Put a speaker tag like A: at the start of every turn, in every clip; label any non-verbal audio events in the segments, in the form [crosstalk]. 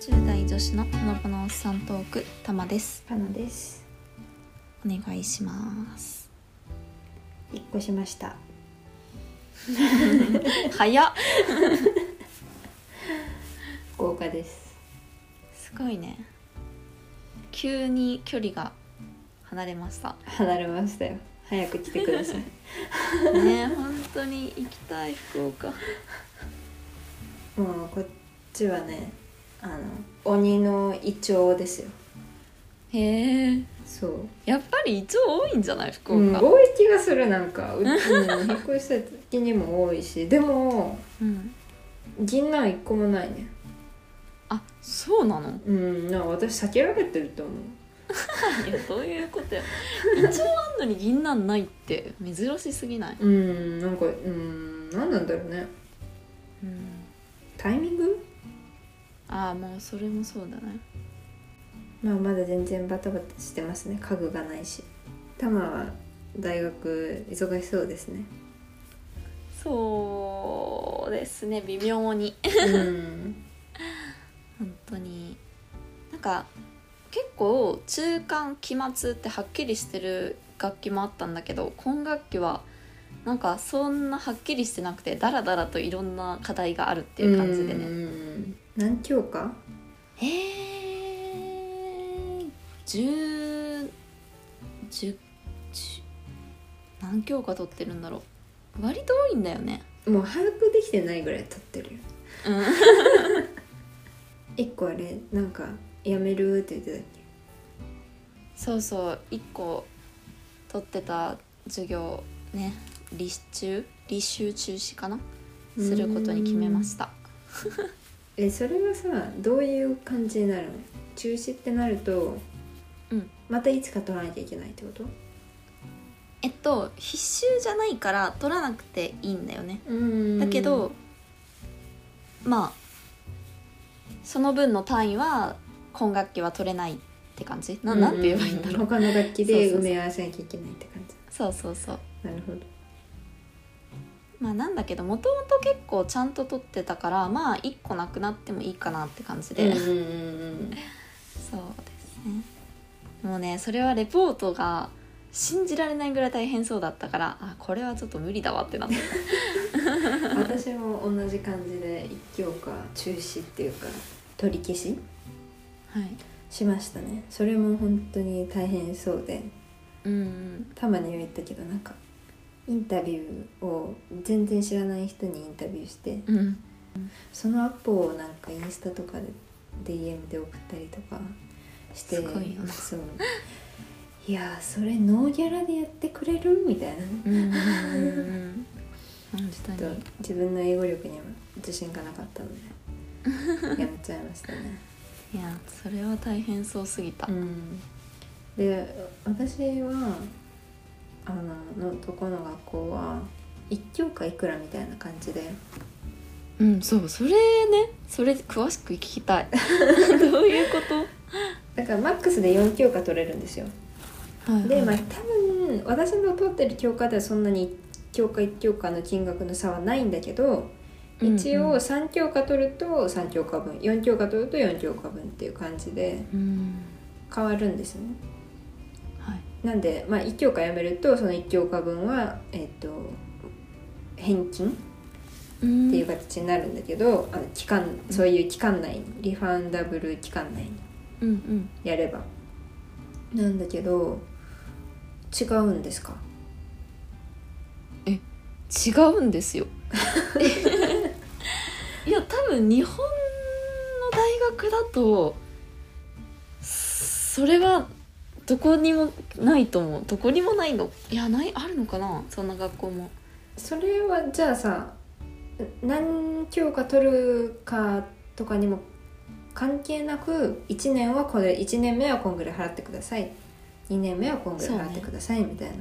A: 10代女子のほのぼのおっさんトークたまです
B: パナです
A: お願いします
B: 引っ越しました
A: 早っ
B: 豪華です
A: すごいね急に距離が離れました
B: 離れましたよ早く来てください
A: ねえ本当に行きたい福岡
B: [laughs] もうこっちはねあの鬼の胃腸ですよ
A: へえ
B: そう
A: やっぱり一応多いんじゃない福
B: うん、
A: 岡、
B: 多い気がするなんかうちに引っ越した時にも多い [laughs] しでも
A: うん
B: 銀杏一個もないね
A: あそうなの
B: うんなんか私避けられてると思う
A: いやどういうことや [laughs] 一応あんのに銀杏ないって珍しすぎない、
B: うんなんかうん何なんだろうね
A: うん、
B: タイミング
A: ああもうそれもそうだね
B: まあまだ全然バタバタしてますね家具がないしタマは大学忙しそうですね
A: そうですね微妙に
B: うん
A: 本当になんか結構中間期末ってはっきりしてる楽器もあったんだけど今学期はなんかそんなはっきりしてなくてダラダラといろんな課題があるっていう感じでね
B: ね何教科
A: えー、10 10 10何教科取ってるんだろう割と多いんだよね
B: もう把握できてないぐらい経ってるよ
A: うん
B: 一個あれなんかやめるって言ってたっ
A: そうそう1個取ってた授業ね立中履修中止かな
B: け
A: することに決めました
B: えそれはさどういう感じになるの中止ってなると、
A: うん
B: またいつか取らなきゃいけないってこと
A: えっと必修じゃないから取らなくていいんだよね
B: うん
A: だけどまあその分の単位は今学期は取れないって感じななんて言えばいいんだろう
B: 他の楽器で
A: そうそうそう
B: 埋め合わせなきゃいけないって感じ
A: そうそうそう
B: なるほど
A: まあなんだけどもともと結構ちゃんと取ってたからまあ1個なくなってもいいかなって感じで、
B: うんうんうん
A: そうですねもうねそれはレポートが信じられないぐらい大変そうだったからあこれはちょっと無理だわってなって
B: うん [laughs] 私も同じ感じで一教科中止っていうか取り消し
A: はい
B: しましたねそれも本当に大変そうで
A: うんうん
B: たまには言ったけどなんかインタビューを全然知らない人にインタビューして
A: うん
B: そのアポをなんかインスタとかで DM で送ったりとかして
A: すごいよな
B: そういやーそれノーギャラでやってくれるみたいな
A: うんうんうん本
B: ちょ
A: 当
B: っと
A: に
B: 自分の英語力には自信がなかったのでやめちゃいましたね
A: いやそれは大変そうすぎた、
B: うん、で私はあののとこの学校は一教科いくらみたいな感じで
A: うん、そうそれねそれ詳しく聞きたいどういうこ
B: だからマックスで4教科取れるんですよ
A: と、はい
B: でまあ多分私の取ってる教科ではそんなに1教科1教科の金額の差はないんだけど一応3教科取ると3教科分4教科取ると4教科分っていう感じで
A: うん、うん
B: 変わるんですね
A: はい、
B: なんで、まあ、1教科やめるとその1教科分は、えっと返金
A: うん
B: っていう形になるんだけど、あの期間そういう期間内にリファンダブル期間内に
A: うんうん
B: やればなんだけど違うんですか
A: 違うんですよ [laughs] いや多分日本の大学だとそれはどこにもないと思うどこにもないのいやないあるのかなそんな学校も
B: それはじゃあさ何教科取るかとかにも関係なく1年はこれ1年目はこんぐらい払ってください2年目はこんぐらい払ってください、みたいな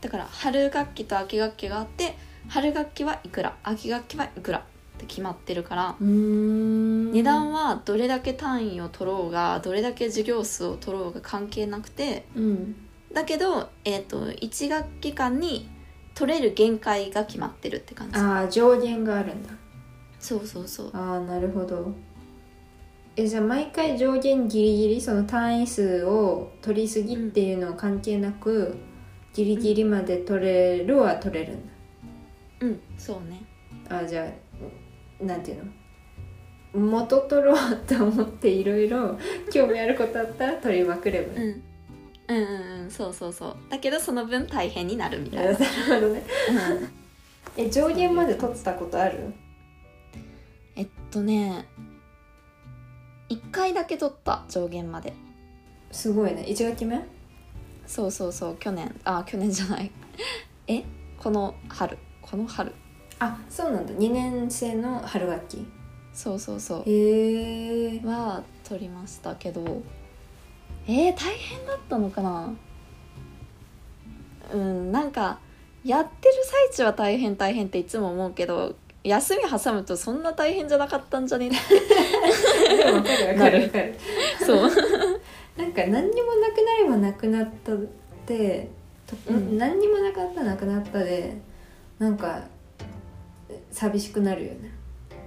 A: だから春学期と秋学期があって春学期はいくら秋学期はいくらって決まってるから、
B: うん
A: 値段はどれだけ単位を取ろうがどれだけ授業数を取ろうが関係なくて
B: うん
A: だけど、えー、と1学期間に取れる限界が決まってるって感じ
B: ああ上限があるんだ
A: そうそうそう
B: ああなるほどえじゃあ毎回上限ギリギリその単位数を取りすぎっていうのは関係なく、ギリギリまで取れるは取れるん
A: うんそうね
B: だあじゃあなんていうの元取ろうと思っていろいろ興味あることあったら取りまくればいい
A: うんうんうんうんそうそうそうだけどその分大変になるみた
B: [laughs] ない
A: な
B: るほどね
A: うん
B: え上限まで取ってたことある
A: [laughs] えっとね1回だけ取った上限まです
B: ごいね1学期目
A: そうそうそう去年あ去年じゃないえこの春この春
B: あそうなんだ2年生の春学期
A: そうそうそ
B: へえ
A: うは取りましたけどえー、大変だったのかなうんなんかやってる最中は大変大変っていつも思うけど休み挟むとそんな大変じゃなかったんじゃ
B: [laughs]
A: ね
B: でもわかるわかるわかる
A: そう
B: なんか何にもなくなればなくなったってと、
A: うん
B: 何にもなくなったらなくなったでなんか寂しくなるよね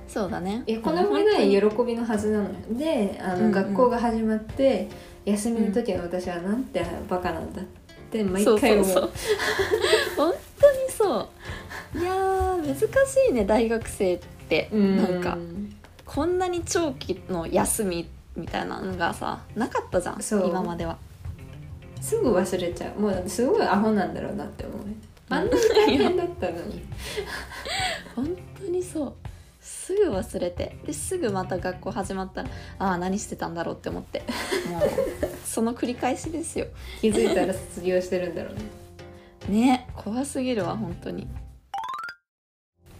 A: そうだね
B: いやこの上ない喜びのはずなのよであの、
A: うんうん
B: 学校が始まって休みの時の私はなんてバカなんだって毎
A: そう
B: 回
A: そ
B: 思
A: う
B: う
A: そう本当にそういやー難しいね大学生って
B: うん
A: なんかこんなに長期の休みみたいなのがさなかったじゃん
B: そう
A: 今までは
B: すぐ忘れちゃうもうすごいアホなんだろうなって思うあんなに大変だったのに
A: 本当にそうすぐ忘れてですぐまた学校始まったらああ何してたんだろうって思 [laughs] ってもうその繰り返しですよ
B: 気づいたら卒業してるんだろうね
A: ね怖すぎるわ本当に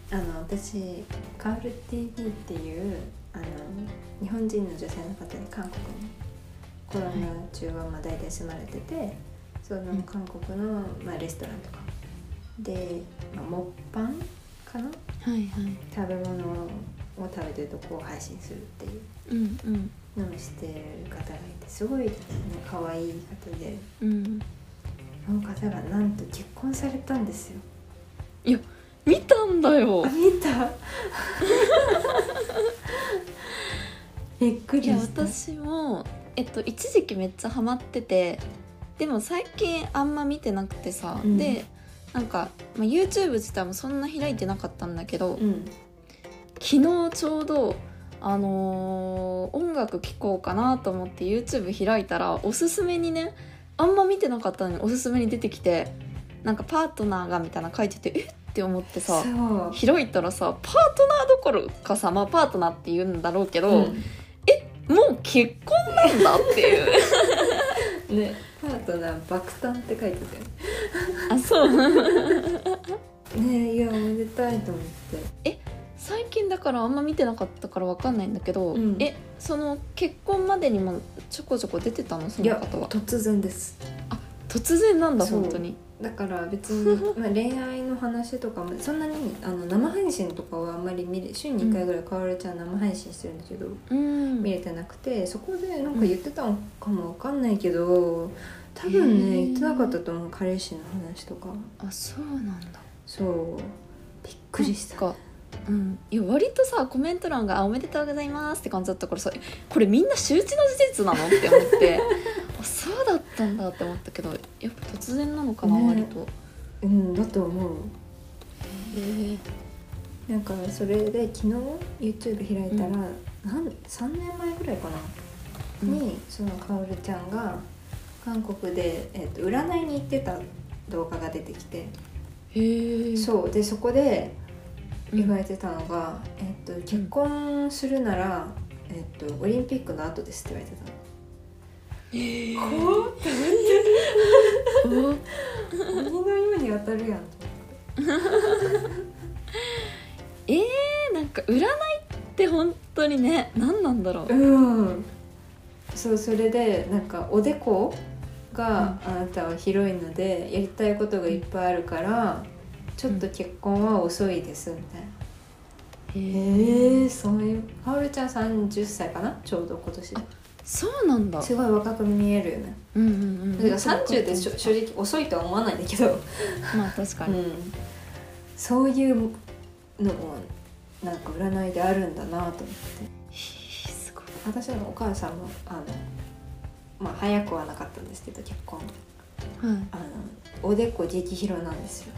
B: あの私カール TV っていうあの日本人の女性の方に韓国にコロナ中はまあ大体住まれてて、その
A: うん
B: 韓国の、まあ、レストランとかで、まあ、モッパンかな
A: はいはい
B: 食べ物を食べてるとこを配信するっていう
A: うんうん
B: のをしてる方がいてすごい、ね、可愛い方で
A: うん
B: その方がなんと結婚されたんですよ。
A: 見たんだよ
B: あ見たびっくり
A: [laughs] いや
B: した。
A: 私も、えっと、一時期めっちゃハマっててでも最近あんま見てなくてさ、
B: うん
A: でなんか、まあ、YouTube 自体もそんな開いてなかったんだけど、
B: うん
A: 昨日ちょうど、あのー音楽聴こうかなと思って YouTube 開いたらおすすめにねあんま見てなかったのにおすすめに出てきてなんかパートナーがみたいなの書いててえって思ってさ
B: そう
A: 開いたらさパートナーどころかさまあパートナーって言うんだろうけど。もう結婚なんだっていう
B: うんねパートナー爆誕って書いてたよ
A: あそう
B: ねいやおめでたいと思って
A: 最近だからあんま見てなかったからわかんないんだけど、
B: うん
A: えその結婚までにもちょこちょこ出てたのそ
B: い
A: の
B: や
A: 方は
B: 突然です
A: 突然なんだ
B: そう
A: 本当に
B: だから別 [laughs] に、まあ、恋愛の話とかもそんなにあの生配信とかはあんまり見れ週に1回ぐらいかわれちゃん生配信してるんだけど、
A: うん
B: 見れてなくてそこでなんか言ってたのかもわかんないけど多分
A: へ
B: ね
A: ー
B: 言ってなかったと思う彼氏の話とか
A: あそうなんだ
B: そうびっくりした
A: なんかうん、いや割とさコメント欄があ「おめでとうございます」って感じだったからさえこれみんな周知の事実なのって思って [laughs] あそうだったんだって思ったけどやっぱ突然なのかな、
B: ね
A: 割と
B: うんだと思う
A: へえ
B: なんかそれで昨日 YouTube 開いたら、なん3年前ぐらいかな、
A: うん
B: にそのかおるちゃんが韓国で、えっと占いに行ってた動画が出てきて、
A: へえ
B: そうでそこで
A: うん
B: 言われてたのが、えっと結婚するなら、えっとオリンピックの後ですって言われてたの。
A: へえ
B: 怖っ
A: お
B: 鬼のように当たるやん
A: えー、なんか占いって本当にね何なんだろう
B: うんそうそれでなんかおでこがあなたは広いのでやりたいことがいっぱいあるからちょっと結婚は遅いですみたいな、
A: へ
B: へ
A: ー
B: えそういうハオルちゃん30歳かなちょうど今年
A: そうなんだ
B: すごい若く見えるよね
A: うんうんうん
B: だから30でしょ正直遅いとは思わないんだけど、
A: まあ確か
B: う
A: に、
B: ん、そういうのもなんか占いであるんだなと思って
A: へーすごい
B: 私のお母さんもあのまあ早くはなかったんですけど結婚
A: はい
B: あのおでこ激広なんです [laughs] よ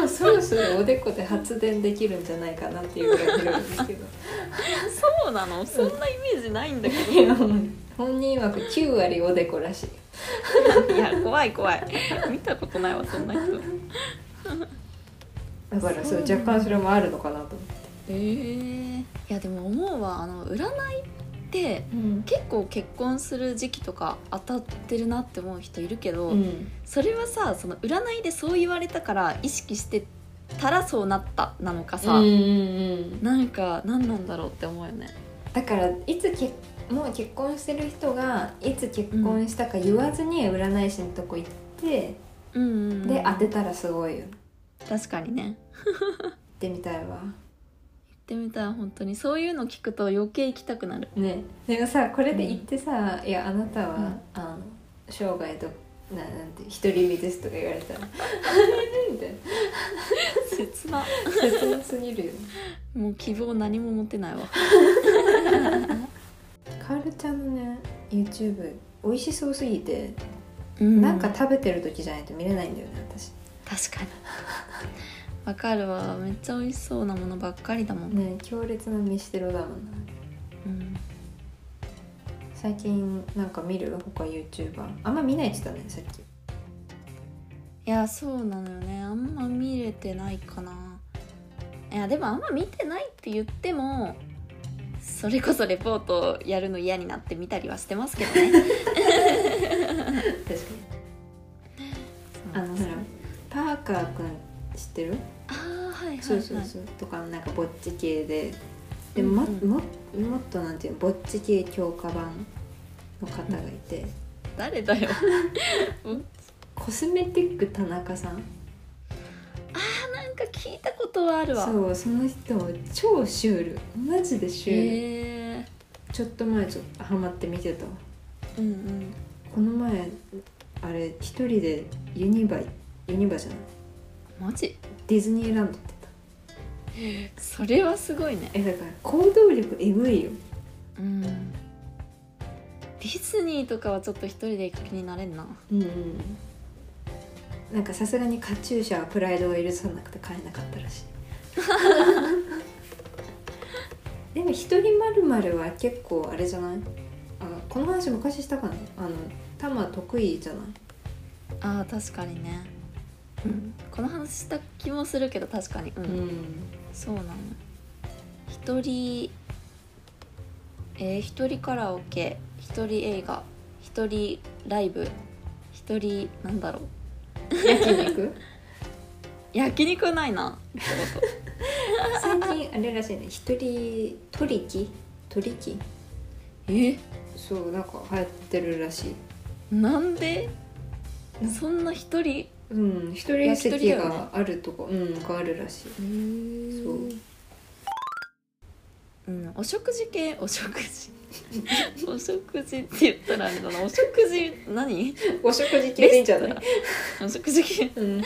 B: もうそろそろおでこで発電できるんじゃないかなっていうぐらい広いんですけど
A: そうなのそんなイメージないんだけ
B: [laughs] いや本人曰く9割おでこらしい
A: ど [laughs] いや怖い怖い見たことないわそんな人
B: だからそう
A: そうなんだ
B: 若干それもあるのかなと思って、
A: えー、いやでも思うわあの占いって結構結婚する時期とか当たってるなって思う人いるけど、
B: うん
A: それはさその占いでそう言われたから意識してたらそうなったなのかさ、
B: うんうんうん
A: なんか何なんだろうって思うよね
B: だからいつけもう結婚してる人がいつ結婚したか言わずに占い師のとこ行って、
A: うんうんうん
B: で当てたらすごいよ行っ
A: 確かにね
B: てみたいわ
A: 行ってみたい本当にそういうの聞くと余計行きたくなる
B: ねでもさこれで行ってさ「いやあなたは、
A: うん
B: あの生涯どななんて独り身です」とか言われたら「みたいな
A: 切な
B: 切なすぎるよね
A: もう希望何も持てないわ
B: カールちゃんのね YouTube 美味しそうすぎて、
A: うん
B: なんか食べてる時じゃないと見れないんだよね私
A: 確かに [laughs] わかるわめっちゃ美味しそうなものばっかりだもん、
B: ね強烈な飯テロだもんな
A: うん、
B: 最近なんか見る他 YouTuber あんま見ないって言ったねさっき
A: いやそうなのよねあんま見れてないかないやでもあんま見てないって言ってもそれこそレポートやるの嫌になって見たりはしてますけどね
B: 確かに [laughs] あのほらパーカーくん知ってる、
A: あーはいはい、はい、
B: そうそうそうとかなんかぼっち系でで
A: うん
B: も、
A: うん
B: ももっとなんていうのぼっち系強化版の方がいて、
A: 誰だよ
B: コスメティック田中さん
A: なんか聞いたことはあるわ
B: そうその人超シュールマジでシュール、
A: へえ
B: ちょっと前ちょっとハマって見てたわ
A: うんうん
B: この前あれ一人でユニバユニバじゃない
A: マジ
B: ディズニーランドってた
A: それはすごいね
B: えだから行動力えぐいよ
A: うんディズニーとかはちょっと一人で行く気になれんな
B: うんうんなんかさすがにカチューシャはプライドを許さなくて買えなかったらしいでも「一人まるまるは結構あれじゃないあこの話昔したかなあのタマ得意じゃない
A: あー確かにね、うん、この話した気もするけど確かにうん、
B: ん
A: そうなの一人えー、一人カラオケ一人映画一人ライブ一人なんだろう
B: 焼肉
A: 焼肉はないなってこと
B: 最近あれらしいね一人取り木取り木
A: え
B: そうなんか流行ってるらしい
A: なんでそんな一人
B: うん一人
A: 焼き鳥
B: 席
A: だよね
B: があるとこ、うんがあるらしい
A: そううん、お食事系お食事 [laughs] お食事って言ったらあれだなお食事何
B: [laughs] お食事系でいいんじゃない
A: お食事系
B: うん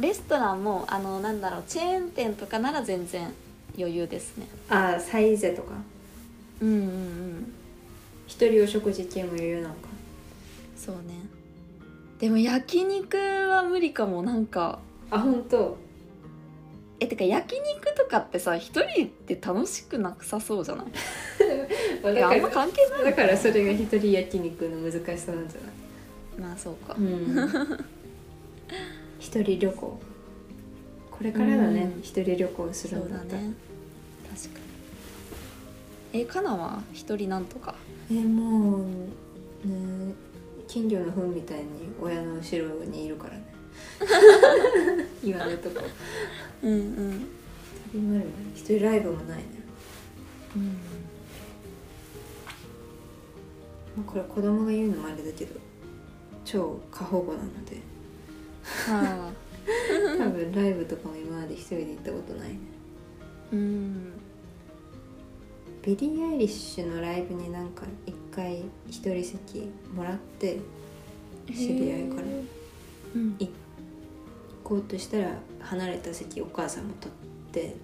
A: レストランもあのなんだろうチェーン店とかなら全然余裕ですね
B: あーサイゼとか
A: うんうんうん
B: 一人お食事系も余裕なのか
A: そうねでも焼肉は無理かもなんか
B: あ本当
A: えてか焼肉とかってさ一人って楽しくなさそうじゃない
B: だ
A: いや
B: か
A: あんま
B: ら
A: 関係ないの
B: だからそれが一人焼肉の難しさなんじゃない
A: まあそうか、
B: うん一人旅行これからだね、
A: うん
B: 一人旅行する
A: そ
B: ん
A: う
B: だ
A: だ
B: ったら、
A: ね確かにえかなは一人なんとか
B: えもうね金魚の糞みたいに親の後ろにいる [laughs] からね今のとこ
A: うんうん、
B: 一人まるまる一人ライブもないね、
A: うん、
B: まあ、これ子供が言うのもあれだけど超過保護なので
A: ああ
B: 多分ライブとかも今まで一人で行ったことないね
A: うん
B: ビリー・アイリッシュのライブになんか一回一人席もらって知り合いから
A: へえうん
B: 行こうとしたら離れた席お母さんも取って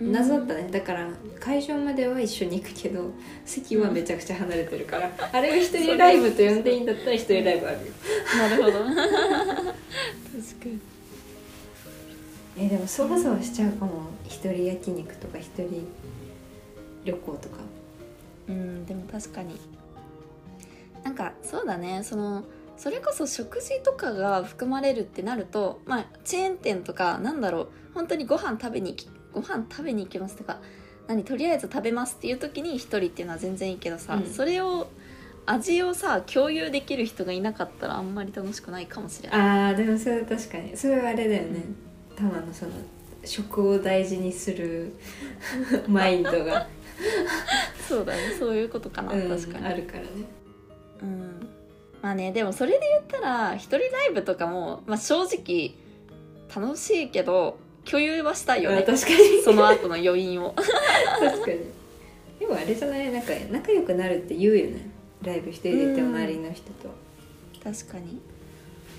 A: うん
B: 謎だったねだから会場までは一緒に行くけど席はめちゃくちゃ離れてるから、あれを一人ライブと呼んでいいんだったら一人ライブあるよ
A: [laughs] なるほど確かに
B: えでもそわそわしちゃうかも一人焼肉とか一人旅行とか
A: うんでも確かになんかそうだねそのそれこそ食事とかが含まれるってなるとまあチェーン店とかなんだろう本当にご飯食べに行きご飯食べに行きますとか何とりあえず食べますっていう時に一人っていうのは全然いいけどさ、
B: うん
A: それを味をさ共有できる人がいなかったらあんまり楽しくないかもしれない。
B: あーでもそれは確かにそれはあれだよねたまのその食を大事に
A: [laughs]
B: するマインドが、
A: そうだねそういうことかな、
B: うん
A: 確かに
B: あるからね
A: うんまあねでもそれで言ったら一人ライブとかも、まあ、正直楽しいけど共有はしたいよ
B: あ
A: ね
B: 確かに
A: その後の余韻
B: [laughs]
A: を
B: 確かにでもあれじゃないなんか仲良くなるって言うよねライブ一人で行って
A: うん
B: 周りの人と、
A: 確かに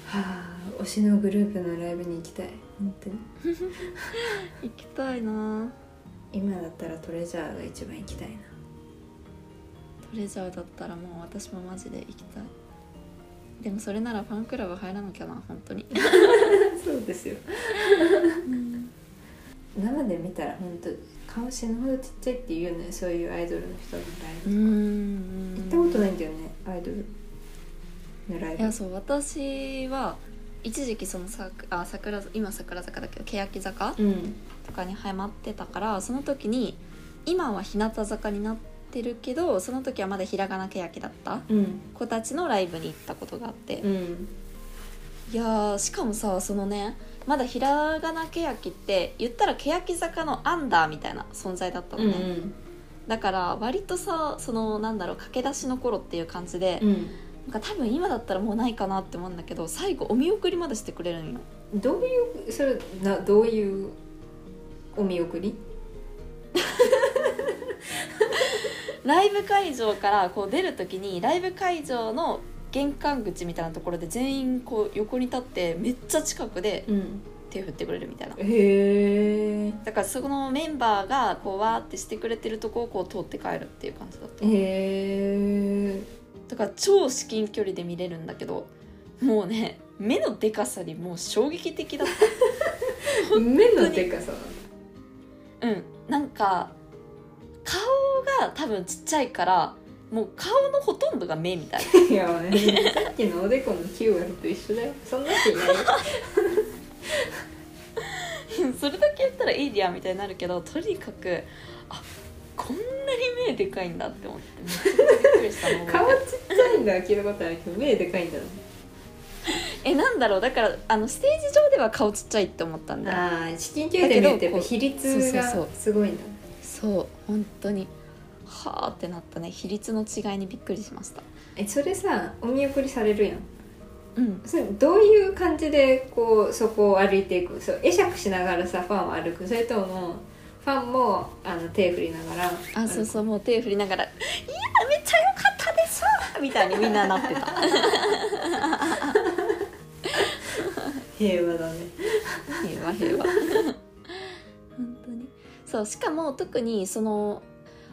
B: はあ推しのグループのライブに行きたい本当に
A: 行きたいな
B: 今だったらトレジャーが一番行きたいな
A: トレジャーだったらもう私もマジで行きたいでもそれならファンクラブ入らなきゃな本当に
B: そうですよ
A: うん
B: 生で見たら本当顔死ぬほどちっちゃいって言うよねそういうアイドルの人のライブ
A: う、ん
B: 行ったことないんだよねアイドルのライ
A: い
B: ブ
A: やそう私は一時期そのさあ桜今桜坂だけど欅坂
B: うん
A: とかにハマってたからその時に今は日向坂になってるけどその時はまだひらがなけやきだった
B: うん
A: 子たちのライブに行ったことがあって、
B: うん
A: いやーしかもさそのねまだひらがなけやきって言ったらけやき坂のアンダーみたいな存在だったのね、だから割とさそのなんだろう駆け出しの頃っていう感じで、
B: うん
A: なんか多分今だったらもうないかなって思うんだけど最後お見送りまでしてくれるんよ
B: どういうそれなどういうお見送り
A: ライブ会場からこう出る時にライブ会場の玄関口みたいなところで全員こう横に立ってめっちゃ近くで
B: うん
A: 手振ってくれるみたいな
B: へえ
A: だからそのメンバーがこうわーってしてくれてるとこをこう通って帰るっていう感じだった
B: へえ
A: だから超至近距離で見れるんだけどもうね目のでかさにもう衝撃的だっ
B: 目のでかさなんだ
A: た [laughs] うんなんか顔が多分ちっちゃいからもう顔のほとんどが目みたいない
B: やねさっきのおでこの9割と一緒だよそんな人いないよ
A: それだけやったらエイリアンみたいになるけどとにかくあこんなに目でかいんだって思ってめっちゃびっくりしたの
B: 顔ちっちゃいんだ聞いたことあるけど目でかいんだ
A: えなんだろうだからあのステージ上では顔ちっちゃいって思ったんだよ
B: ああ至近距離で見るとやっぱ比率が
A: そうそうそう
B: すごいんだ
A: そう本当にはあってなったね比率の違いにびっくりしました
B: えそれさお見送りされるやん
A: うん
B: それどういう感じでこうそこを歩いていくそう会釈しながらさファンを歩くそれともファンもあの手振りながら
A: あそうそうもう手振りながら「いやめっちゃ良かったです!」みたいにみんななってた
B: 平和だね
A: 平和平和本当にそうしかも特にその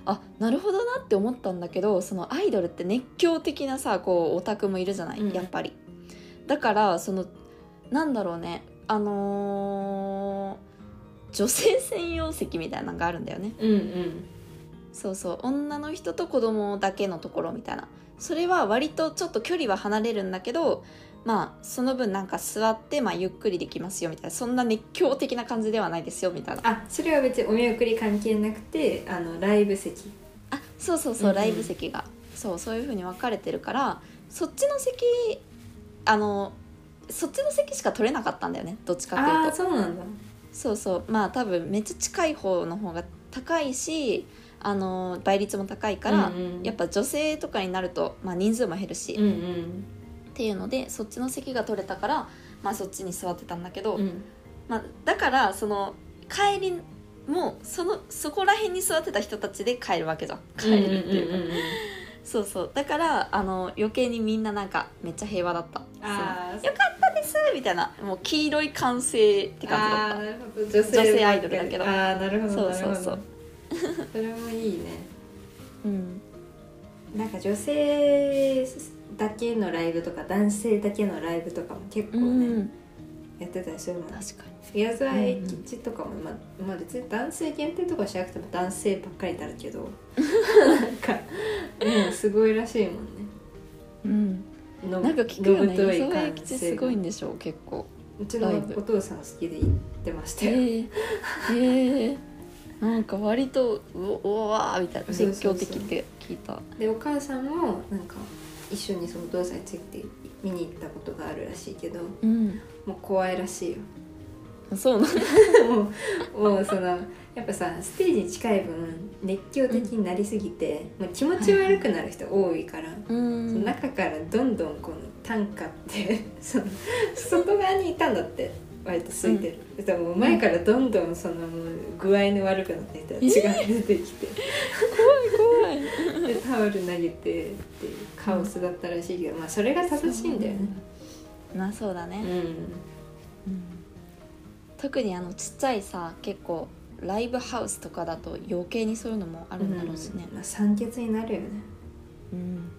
A: あなるほどなって思ったんだけどそのアイドルって熱狂的なさこうオタクもいるじゃない、
B: うん
A: やっぱりだからそのなんだろうねあのー女性専用席みたいなのがあるんだよね
B: うんうん
A: そうそう女の人と子供だけのところみたいなそれは割とちょっと距離は離れるんだけどまあその分なんか座って、まあ、ゆっくりできますよみたいなそんな熱狂的な感じではないですよみたいな
B: あそれは別にお見送り関係なくてあのライブ席
A: あそうそうそう、
B: うんうん
A: ライブ席がそうそういう風に分かれてるからそっちの席あのそっちの席しか取れなかったんだよねどっちか
B: あ
A: っ
B: あー
A: ていうと
B: そうなんだ
A: そうそうまあ多分めっちゃ近い方の方が高いしあの倍率も高いから、
B: うんうん
A: やっぱ女性とかになると、まあ、人数も減るし、
B: うんうん
A: っていうのでそっちの席が取れたから、まあ、そっちに座ってたんだけど、
B: うん
A: まあ、だからその帰りもそのそこら辺に座ってた人たちで帰るわけじゃん帰るっていうか、
B: うんうんうんうん
A: そうそうだからあの余計にみんななんかめっちゃ平和だった
B: あ
A: そ
B: あよかっ
A: のよかったでですみたいなもう黄色い歓声って感じだ
B: あ
A: っ
B: あ
A: た
B: なるほど女性
A: 女性アイドルだけど
B: ああなるほど
A: そう
B: なるほど
A: そう
B: それもいいね
A: うん
B: なんか女性だけのライブとか男性だけのライブとかも結構
A: う
B: ね、
A: ん
B: やってたりするもんね
A: 確か
B: 宮沢永吉とかも、まあ、まあ別に男性限定とかしなくても男性ばっかりになる
A: [laughs]
B: けどなんかもうすごいらしいもんね
A: にうん
B: の
A: なんか聞くよね
B: のぶとい
A: 磯貝
B: 感
A: 吉
B: 性
A: すごいんでしょう結構
B: うちのお父さん好きで行ってました
A: え
B: よ、
A: ー、えー、なんか割とうおうわーみたいな
B: そうそう
A: 熱
B: そう
A: 狂的って聞いた
B: でお母さんもなんか一緒にそのお父さんについて見に行ったことがあるらしいけど
A: うん
B: もう怖いらしいよ
A: そうなんだ
B: もうもうそのやっぱさステージに近い分熱狂的になりすぎて、もう気持ち悪くなる人多いから、
A: うん
B: その中からどんどんこの短歌って [laughs] その外側にいたんだって割と空いてる、でもう前からどんどんそのもう具合の悪くなってきた人たちが出てきて、
A: 怖い
B: でタオル投げてっていうカオスだったらしいけど、まあそれが正しいんだよね。
A: まあそうだね、
B: うん
A: 特にあのちっちゃいさ結構ライブハウスとかだと余計にそういうのもあるんだろうしね
B: うんまあ、酸欠になるよね
A: うん、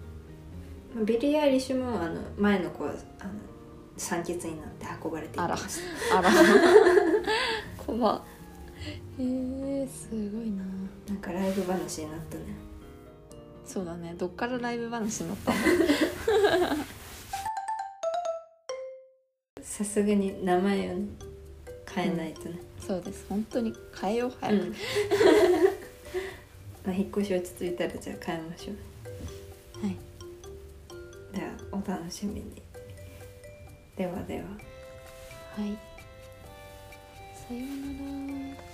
B: まあビリー・アイリッシュもあの前の子はあの酸欠になって運ばれていきまし
A: あ
B: [laughs]
A: ら怖っへえすごいな
B: たなんかライブ話になったね
A: そうだねどっからライブ話になったの
B: さすがに名前をね変えないとね、
A: そうです本当に変えよう早く、
B: うん [laughs] まあ引っ越し落ち着いたらじゃあ変えましょう
A: はい
B: ではお楽しみにではでは
A: はいさようなら